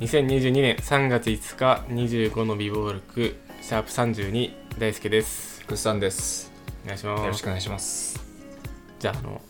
2022年3月5日25の美貌録シャープ32大輔ですグッさんです。お願いしよまろしすくお願いします。じゃああの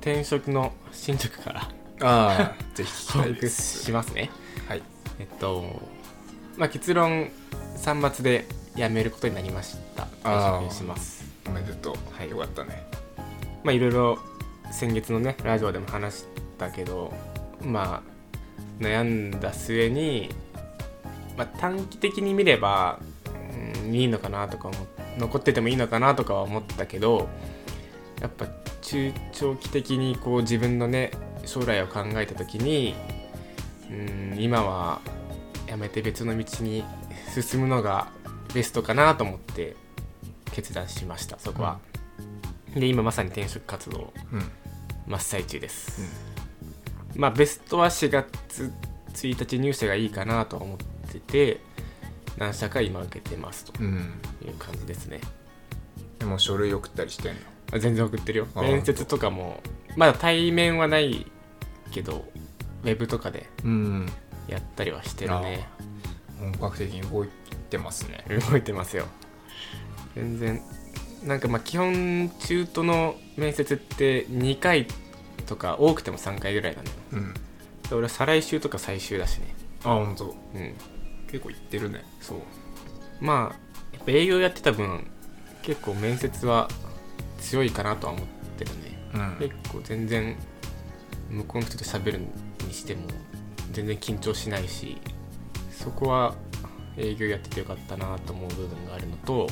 転職の進捗からあ あ、ぜひ聞報きたい告です。しますねはい。えっとまあ結論3末で辞めることになりましたあー転職しますおめでとう。はいよかったね。まあいろいろ先月のねラジオでも話したけどまあ悩んだ末に、まあ、短期的に見れば、うん、いいのかなとか思っ残っててもいいのかなとかは思ったけどやっぱ中長期的にこう自分のね将来を考えた時に、うん、今はやめて別の道に進むのがベストかなと思って決断しましたそこは。で今まさに転職活動うん。うん。真っ最中です、まあベストは4月1日入社がいいかなとは思ってて何社か今受けてますとうん。いう感じですねでも書類送ったりしてんの。あ全然送ってるよあー面接とかもまだ対面はないけどウェブとかでうん。やったりはしてるね本格的に動いてますね。動いてますよ全然なんかまあ基本中途の面接って2回とか多くても3回ぐらいなのようん。で俺は再来週とか最終だしねあ、本当。うん結構行ってるね。そうまあやっぱ営業やってた分結構面接は強いかなとは思ってるねうん。結構全然向こうの人と喋るにしても全然緊張しないしそこは営業やっててよかったなと思う部分があるのと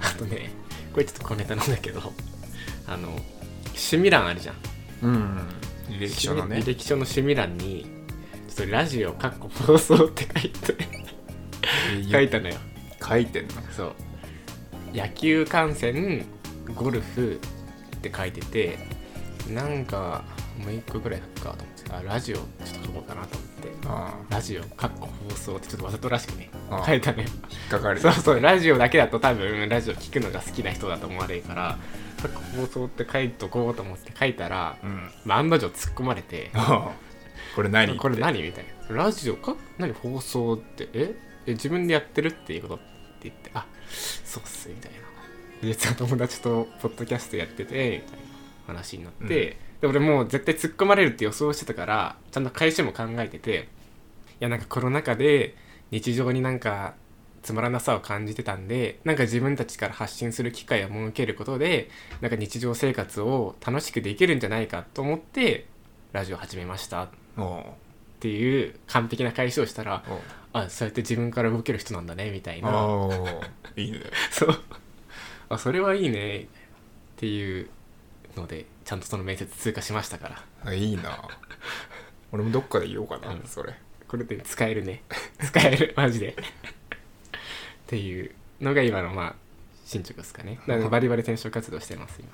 あとねこれちょっと小ネタなんだけど あの趣味欄あるじゃんうん。履歴書のね履。歴書の趣味欄にちょっとラジオかっこ放送って書いて書いたのよ書いてんの。そう野球観戦ゴルフって書いててなんかもう一個ぐらい書くかと思ってあラジオちょっと書こうかなと思ってあラジオかっこ放送ってちょっとわざとらしくねああ書いたのよあ、引っかかるそうそうラジオだけだと多分ラジオ聞くのが好きな人だと思われるからかっこ放送って書いとこうと思って書いたら、うん。まあ、案の定突っ込まれてああこれ何これ何みたいなラジオか何放送ってええ自分でやってるっていうことって言ってあそうっすみたいな実は友達とポッドキャストやっててみたいな話になって、うんで俺もう絶対突っ込まれるって予想してたからちゃんと返しも考えてていやなんかコロナ禍で日常になんかつまらなさを感じてたんでなんか自分たちから発信する機会を設けることでなんか日常生活を楽しくできるんじゃないかと思ってラジオ始めましたおうっていう完璧な返しをしたらおうあそうやって自分から動ける人なんだねみたいなおういいね。 そう あそれはいいねっていうのでちゃんとその面接通過しましたからあいいな。俺もどっかで言おうかなう、んそれ。これで使えるね 使えるマジでっていうのが今のまあ進捗ですかねだからバリバリ転職活動してます今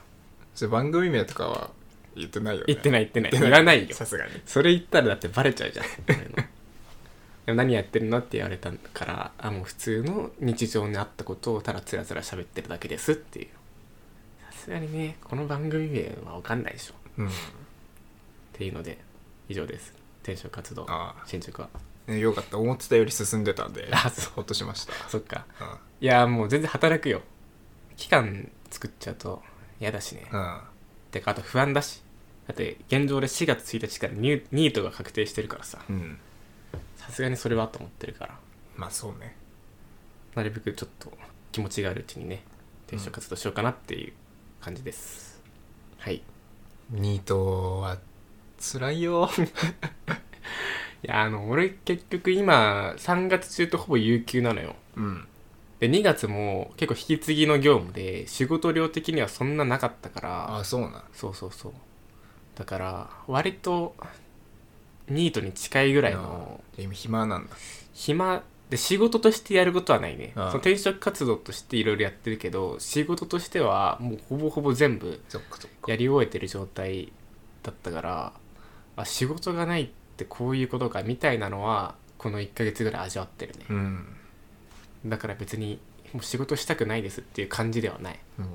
それ番組名とかは言ってないよね言ってない言ってない言言わないよさすがにそれ言ったらだってバレちゃうじゃん 俺のでも何やってるのって言われたからあもう普通の日常にあったことをただつらつら喋ってるだけですっていうさすがにねこの番組名は分かんないでしょっうんていうので以上です転職活動あ進捗はあ、ね、よかった思ってたより進んでたんであそうほっとしましたそっかうんいやもう全然働くよ期間作っちゃうと嫌だしねうんてかあと不安だしだって現状で4月1日からニュニートが確定してるからさうんさすがにそれはと思ってるからまあそうねなるべくちょっと気持ちがあるうちにね転職活動しようかなっていう感じです、はいいニートは辛いよやあの俺結局今3月中とほぼ有給なのようんで2月も結構引き継ぎの業務で仕事量的にはそんななかったからああそうなそうそうそうだから割とニートに近いぐらいのああ今暇なんだ暇で仕事としてやることはないねそああの転職活動としていろいろやってるけど仕事としてはもうほぼほぼ全部そっかそっかやり終えてる状態だったからあ仕事がないってこういうことかみたいなのはこの1ヶ月ぐらい味わってるね、うん、だから別にもう仕事したくないですっていう感じではないうん、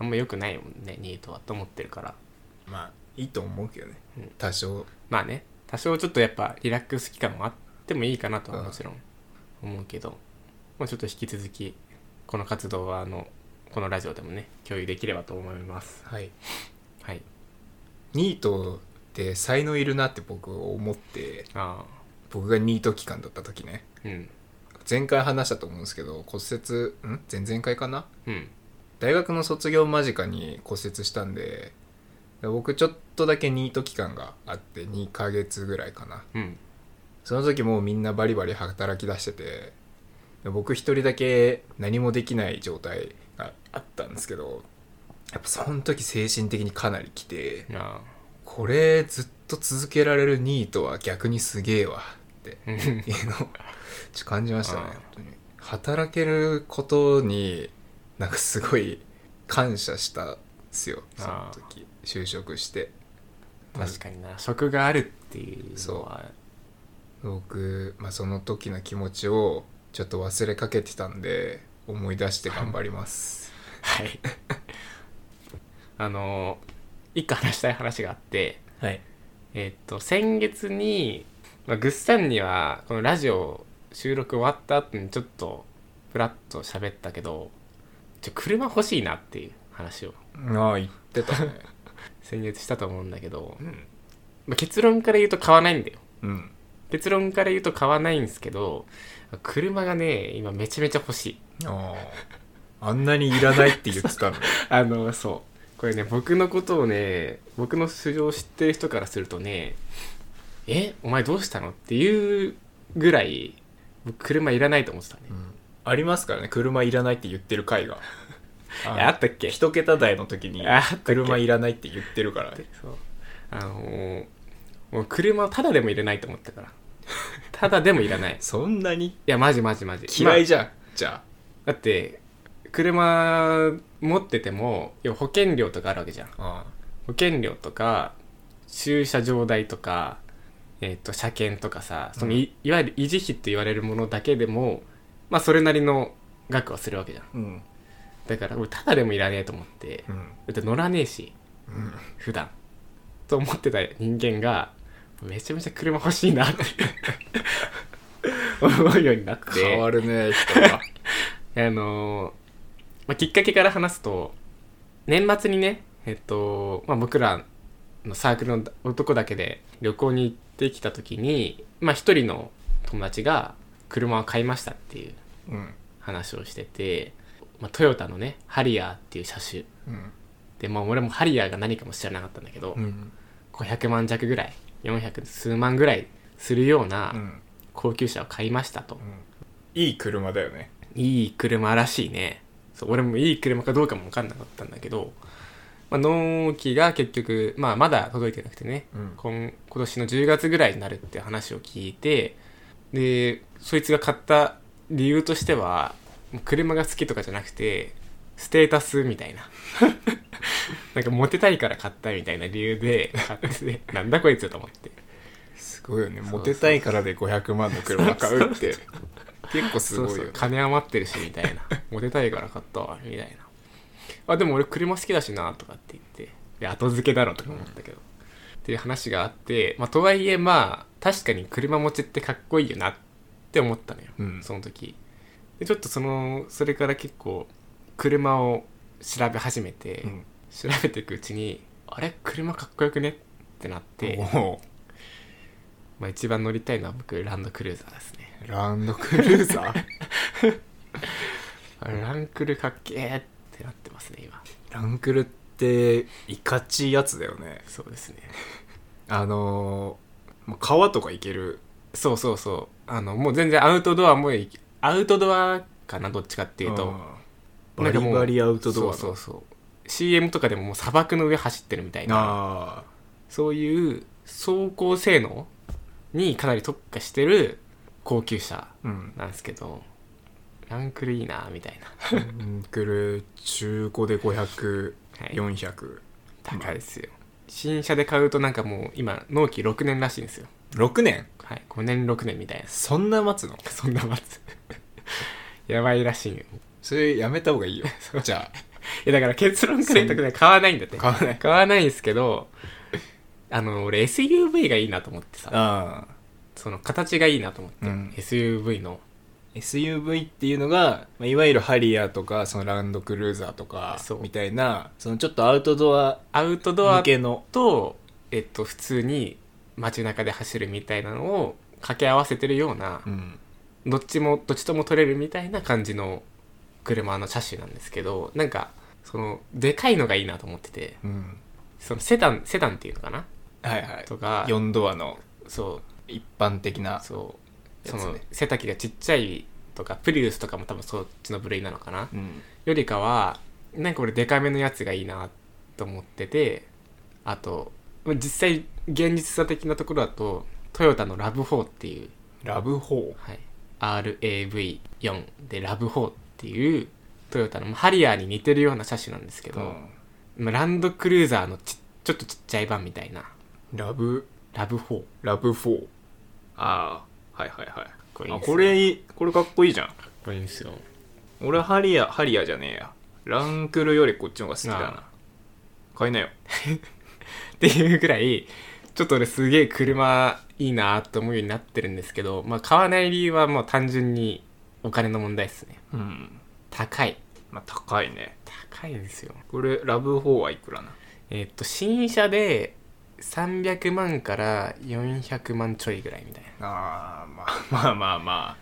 あんま良くないもんねニートはと思ってるからまあいいと思うけどね、うん多少まあね多少ちょっとやっぱリラックス期間もあってもいいかなとはうんもちろん思うけど、まあ、ちょっと引き続きこの活動はあのこのラジオでもね共有できればと思いますはいはいニートって才能いるなって僕思ってあ僕がニート期間だった時ねあうん前回話したと思うんですけど骨折ん前々回かなうん大学の卒業間近に骨折したんで僕ちょっとだけニート期間があって2ヶ月ぐらいかなうんその時もうみんなバリバリ働き出してて僕一人だけ何もできない状態があったんですけどやっぱその時精神的にかなりきてああこれずっと続けられるニートは逆にすげえわってうんいうのをちょ感じましたねあー本当に働けることになんかすごい感謝したっすよそのあー時就職して確かにな職があるっていうのは僕、まあ、その時の気持ちをちょっと忘れかけてたんで思い出して頑張りますはいあの一個話したい話があってはいえっと先月に、まあ、ぐっさんにはこのラジオ収録終わった後にちょっとフラッと喋ったけどちょ車欲しいなっていう話をああ言ってたね先月したと思うんだけど、うんまあ、結論から言うと買わないんだようん結論から言うと買わないんですけど車がね今めちゃめちゃ欲しいあああんなにいらないって言ってたの あのそうこれね僕のことをね僕の素性を知ってる人からするとね「えお前どうしたの?」っていうぐらい僕車いらないと思ってたねうんありますからね車いらないって言ってる回がえあったっけ一桁台の時にあったっけ車いらないって言ってるからそうあのーもう車をただでもいらないと思ったから ただでもいらないいそんなにやマジマジマジ嫌いまじゃん、じゃあだって車持ってても要は保険料とかあるわけじゃんああ保険料とか駐車場代とか、えー、と車検とかさそのい,、わゆる維持費って言われるものだけでもまあそれなりの額はするわけじゃんうんだから俺ただでもいらねえと思ってだうんって乗らねえしうん普段と思ってた人間がめちゃめちゃ車欲しいなって思うようになって変わるね人はあのーまあ、きっかけから話すと年末にねえっと、まあ、僕らのサークルの男だけで旅行に行ってきた時にまあ、一人の友達が車を買いましたっていううん話をしてて、まあ、トヨタのねハリアーっていう車種うんで、まあ、俺もハリアーが何かも知らなかったんだけど、うん500万弱ぐらい400数万ぐらいするよううなん高級車を買いましたと、いい車だよねいい車らしいねそう俺もいい車かどうかも分かんなかったんだけど、まあ、納期が結局、まあ、まだ届いてなくてね、うん今今年の10月ぐらいになるって話を聞いてでそいつが買った理由としてはもう車が好きとかじゃなくてステータスみたいな なんかモテたいから買ったみたいな理由で買ってなんだこいつと思ってすごいよそねうそうモテたいからで500万の車買うって結構すごいよそうそねう金余ってるしみたいな モテたいから買ったわみたいなあでも俺車好きだしなとかって言ってで後付けだろとか思ったけど、っていう話があって、まあ、とはいえまあ確かに車持ちってかっこいいよなって思ったのよ、うんその時でちょっとそのそれから結構車を調べ始めて、うん調べていくうちにあれ車かっこよくねってなって、おまあ、一番乗りたいのは僕ランドクルーザーですねーランドクルーザーあランクルかっけーってなってますね今 ランクルっていかちいやつだよねそうですねあのーもう川とか行けるそうそうそうあのもう全然アウトドアもいきアウトドアかなどっちかっていうと、うんなバんかリもうバリアウトドアのそうそうそう CM とかでももう砂漠の上走ってるみたいなあそういう走行性能にかなり特化してる高級車ーうんなんですけどランクルいいなみたいなランクル中古で500400、はい400高いですよ新車で買うとなんかもう今納期6年らしいんですよ6年はい5年6年みたいなそんな待つのそんな待つ やばいらしいよそれやめた方がいいよじゃあいやだから結論から言うとね買わないんだって買わない買わないんですけどあの俺 SUV がいいなと思ってさあその形がいいなと思って、うん SUV のあ SUV っていうのが、まあ、いわゆるハリアーとかそのランドクルーザーとかそうみたいなそのちょっとアウトドアアウトドア向けのと、えっと、普通に街中で走るみたいなのを掛け合わせてるような、うんどっちもどっちとも取れるみたいな感じの車の車種なんですけどなんかそのでかいのがいいなと思っててうんそのセダンセダンっていうのかなはいはいとか4ドアのそ一般的なうそうやつそねの背丈がちっちゃいとかプリウスとかも多分そっちの部類なのかなうんよりかはなんか俺デカめのやつがいいなと思っててあと実際現実さ的なところだとトヨタのラブ4っていう、ラブホはい、RAV4 でラブ4っていうトヨタのまあハリアーに似てるような車種なんですけーど、まあランドクルーザーのちちょっとちっちゃい版みたいなラブラブ4ラブフォーああはいはいはいこれいいあですよこれいいこれかっこいいじゃんこれですよ俺ハリアハリアじゃねえやランクルよりこっちの方が好きだあな買いなよっていうぐらいちょっと俺すげえ車いいなと思うようになってるんですけど、まあ、買わない理由はもう単純にお金の問題ですねうん高いまあ高いね高いんですよこれラブフォーはいくらなえっと新車で300万から400万ちょいぐらいみたいなあーまあまあまあまあ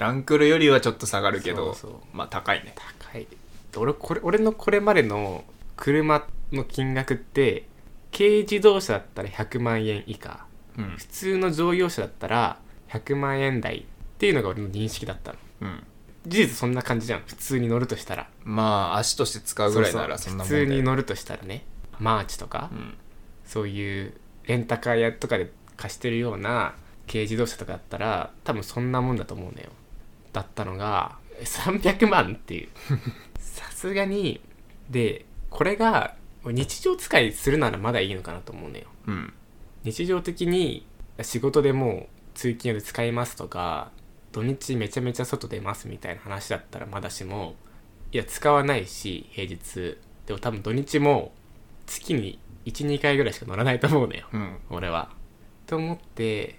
ランクルよりはちょっと下がるけどそうそうまあ高いね高い俺これ俺のこれまでの車の金額って軽自動車だったら100万円以下うん普通の乗用車だったら100万円台っていうのが俺の認識だったのうん事実そんな感じじゃん普通に乗るとしたらまあ足として使うぐらいならそんなもんそうそだうよ普通に乗るとしたらねマーチとか、うんそういうレンタカー屋とかで貸してるような軽自動車とかだったら多分そんなもんだと思うのよだったのがえ300万って いうさすがにでこれが日常使いするならまだいいのかなと思うのようん日常的に仕事でもう通勤で使いますとか土日めちゃめちゃ外出ますみたいな話だったらまだしもいや使わないし平日でも多分土日も月に12回ぐらいしか乗らないと思うのようん俺はと思って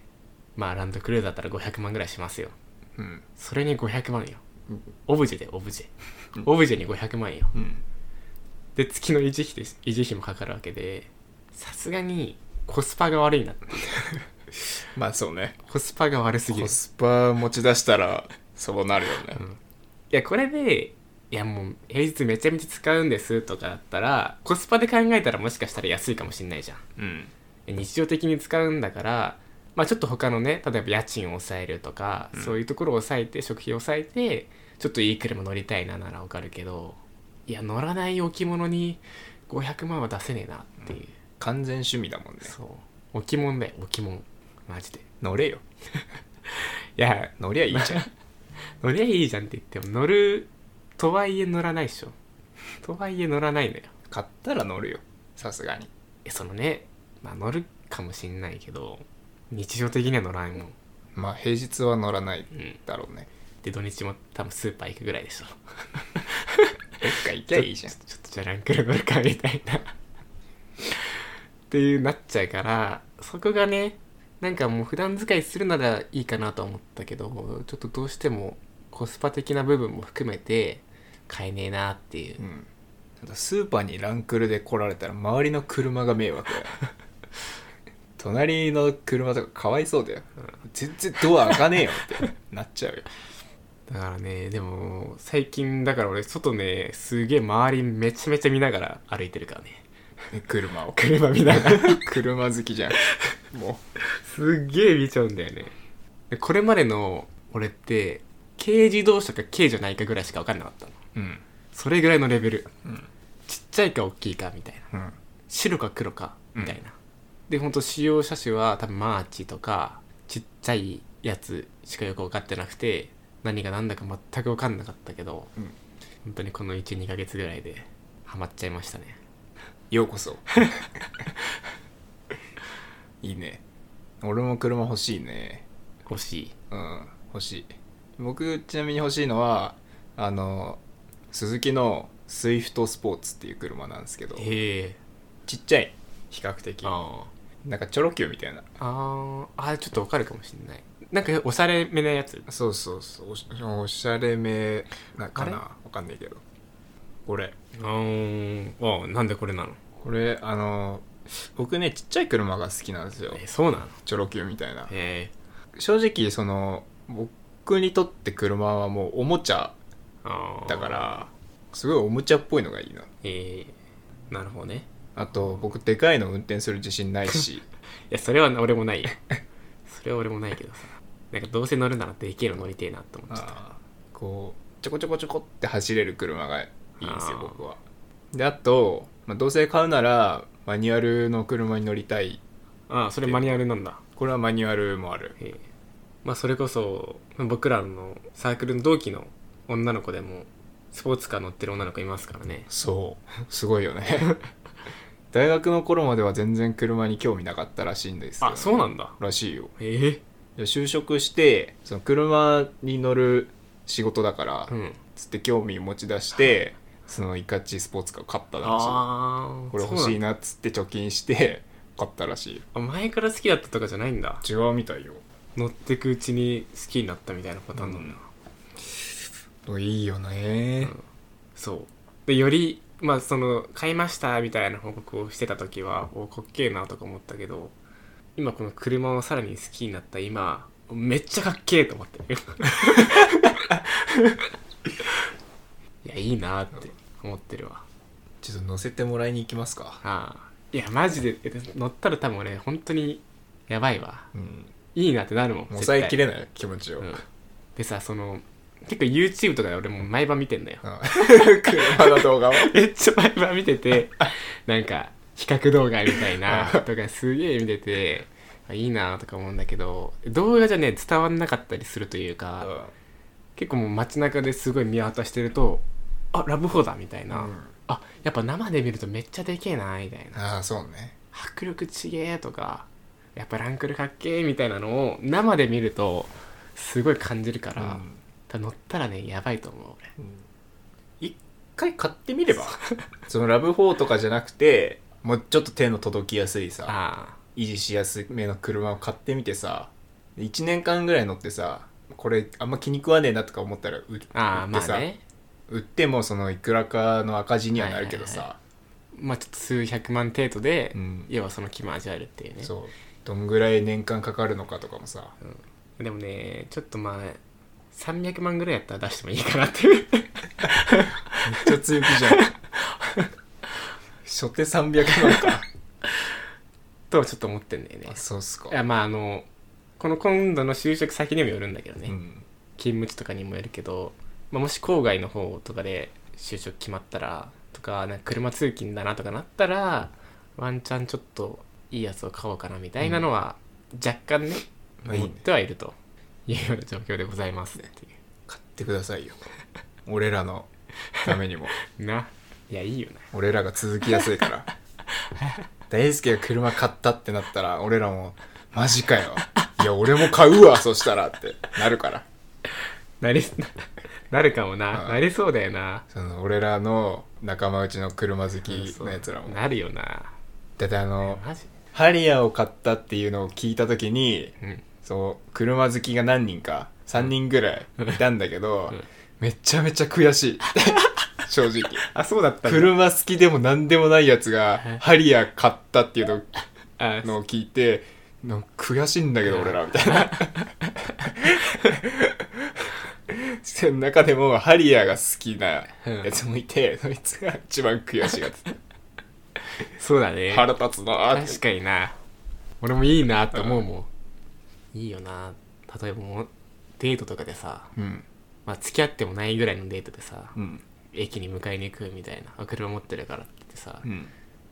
まあランドクルーザーだったら500万ぐらいしますようんそれに500万ようんオブジェでオブジうェんオブジェに500万ようんで月の維持費です維持費もかかるわけでさすがにコスパが悪いなってまあそうねコスパが悪すぎるコスパ持ち出したらそうなるよねいやこれでいやもう平日めちゃめちゃ使うんですとかだったらコスパで考えたらもしかしたら安いかもしんないじゃんうん日常的に使うんだからまあちょっと他のね例えば家賃を抑えるとか、うんそういうところを抑えて食費を抑えてちょっといい車乗りたいなならわかるけどいや乗らない置物に500万は出せねえなっていう、完全趣味だもんねそう置物だよ置物マジでい乗れよや乗りゃいいじゃん乗りゃいいじゃんって言っても乗るとはいえ乗らないでし ょとはいえ乗らないのよ買ったら乗るよさすがにえそのね、まあ、乗るかもしんないけど日常的には乗らないもん、まあ平日は乗らないうん、だろうねで土日も多分スーパー行くぐらいでしょどっか行きゃいいじゃんちょちょっとじゃあランクル乗るかみたい なっていうなっちゃうからそこがねなんかもう普段使いするならいいかなと思ったけどちょっとどうしてもコスパ的な部分も含めて買えねえなっていうう、んあとスーパーにランクルで来られたら周りの車が迷 惑だよ隣の車とかかわいそうだよ、全然ドア開かねえよ ってなっちゃうよだからねでも最近だから俺外ねすげえ周りめちゃめちゃ見ながら歩いてるからね車を車見ながら 車好きじゃんもすっげえ見ちゃうんだよねでこれまでの俺って軽自動車か軽じゃないかぐらいしか分かんなかったのううんそれぐらいのレベルうんちっちゃいか大きいかみたいなうん白か黒かみたいな、でほんと使用車種は多分マーチとかちっちゃいやつしかよく分かってなくて何が何だか全く分かんなかったけど、うん本当にこの12ヶ月ぐらいでハマっちゃいましたねようこ そいいね俺も車欲しいね欲しいうん欲しい僕ちなみに欲しいのはあのスズキのスイフトスポーツっていう車なんですけどへえちっちゃい比較的あなんかチョロ Q みたいなあーあーちょっとわかるかもしれないなんかおしゃれめなやつそうそうそうおしおしゃれめなかなあれわかんないけどこれあーあーなんでこれなのこれあの僕ねちっちゃい車が好きなんですよえそうなのチョロ Q みたいなえ正直その僕にとって車はもうおもちゃー、あーだからすごいおもちゃっぽいのがいいなえー、なるほどねあと僕でかいの運転する自信な いしいやそれは俺もないよ それは俺もないけどさなんかどうせ乗るならでけえの乗りてえなって思っちゃったあーこうちょこちょこちょこって走れる車がいいんですよあー僕はであと、まあ、どうせ買うならマニュアルの車に乗りたいああそれマニュアルなんだこれはマニュアルもあるええまあそれこそ僕らのサークルの同期の女の子でもスポーツカー乗ってる女の子いますからねそうすごい よね大学の頃までは全然車に興味なかったらしいんですよあそうなんだらしいよええいや就職してその車に乗る仕事だから、うんつって興味持ち出してそのイカチスポーツカー買ったらあしあいこれ欲しいななっつって貯金して買ったらしあ前から好きだったとかじゃないんだい違うみたいよ乗ってくうちに好きになったみたいなパターンなんだ、いいよね、そうでよりまあその買いましたみたいな報告をしてた時はおかっけえなとか思ったけど今この車をさらに好きになった今めっちゃかっけえと思ってる いやいいなって思ってるわちょっと乗せてもらいに行きますかああいやマジでえ乗ったら多分俺本当にやばいわうんいいなってなるもん抑えきれない、ない気持ちを、うんでさその結構 YouTube とかで俺もう毎晩見てんだよあ車の動画をめっちゃ毎晩見ててなんか比較動画みたいなとかすげえ見ててあいいなとか思うんだけど動画じゃね伝わんなかったりするというか、結構もう街中ですごい見渡してるとあラブホだみたいな、うんあやっぱ生で見るとめっちゃでけえなみたいなああそうね迫力ちげえとかやっぱランクルかっけえみたいなのを生で見るとすごい感じるから、うん多分乗ったらねやばいと思う俺一回買ってみれば そのラブ4とかじゃなくてもうちょっと手の届きやすいさあ維持しやすめの車を買ってみてさ1年間ぐらい乗ってさこれあんま気に食わねえなとか思ったら売売ってあああまあさ、ね売ってもそのいくらかの赤字にはなるけどさ、はいはまあちょっと数百万程度で、うん要はその気も味わえるっていうねそうどんぐらい年間かかるのかとかもさでもねちょっとまあ300万ぐらいやったら出してもいいかなっていうめっちゃ強気じゃん初手300万か とはちょっと思ってんだよねあそうっすかいやまああのこの今度の就職先にもよるんだけどね、うん勤務地とかにもよるけど、まあ、もし郊外の方とかで就職決まったらとかなんか車通勤だなとかなったらワンチャンちょっといいやつを買おうかなみたいなのは若干ね、まあいい思ねってはいるというような状況でございますっていう。買ってくださいよ俺らのためにもないやいいよな俺らが続きやすいから大輔が車買ったってなったら俺らもマジかよいや俺も買うわそしたらってなるからな りなるかもな、うんなりそうだよなその俺らの仲間内の車好きのやつらもなるよなだってあのマジハリアーを買ったっていうのを聞いた時にうんそう車好きが何人か3人ぐらいいたんだけど、うんめちゃめちゃ悔し い正直あそうだったんだ車好きでも何でもないやつがハリアー買ったっていうのをあのを聞いてなんか悔しいんだけど俺らみたいな その中でもハリアーが好きなやつもいて、そいつが一番悔しが ってそうだねた腹立つなー確っかてにな俺もいいなって思うもんいいよな例えばもうデートとかでさ、うんまあ、付き合ってもないぐらいのデートでさ、うん駅に迎えに行くみたいなあ車持ってるからって言ってさ、う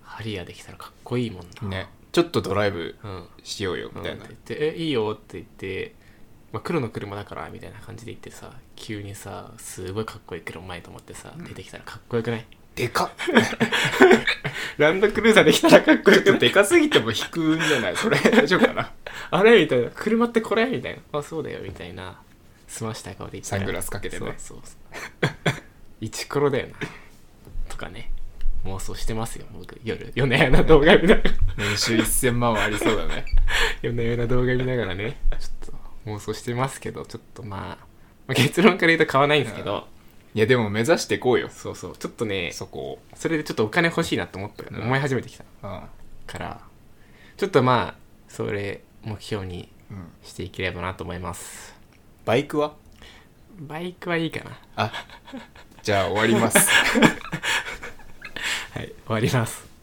ハリアーできたらかっこいいもんな、んねちょっとドライブうんしようよみたいなうんって言って「えいいよ」って言って、まあ、黒の車だからみたいな感じで言ってさ急にさすごいかっこいい車前と思ってさ出てきたらかっこよくないでかっランドクルーザーできたらかっこよくない でかすぎても引くんじゃないそれ大丈夫か な あれみたいな車ってこれみたいなあそうだよみたいな済ました顔で言ったらサングラスかけてねそうそうそうイチコロだよなとかね妄想してますよ僕夜夜な夜な動画見ながら年収1000万はありそうだね夜な夜な動画見ながらねちょっと妄想してますけどちょっとまあ、まあ結論から言うと買わないんですけど、いやでも目指していこうよそうそうちょっとねそこをそれでちょっとお金欲しいなと思った、うん思い始めてきたうん、からちょっとまあそれ目標にうん、していければなと思いますバイクはバイクはいいかなじゃあ終わりますはい終わります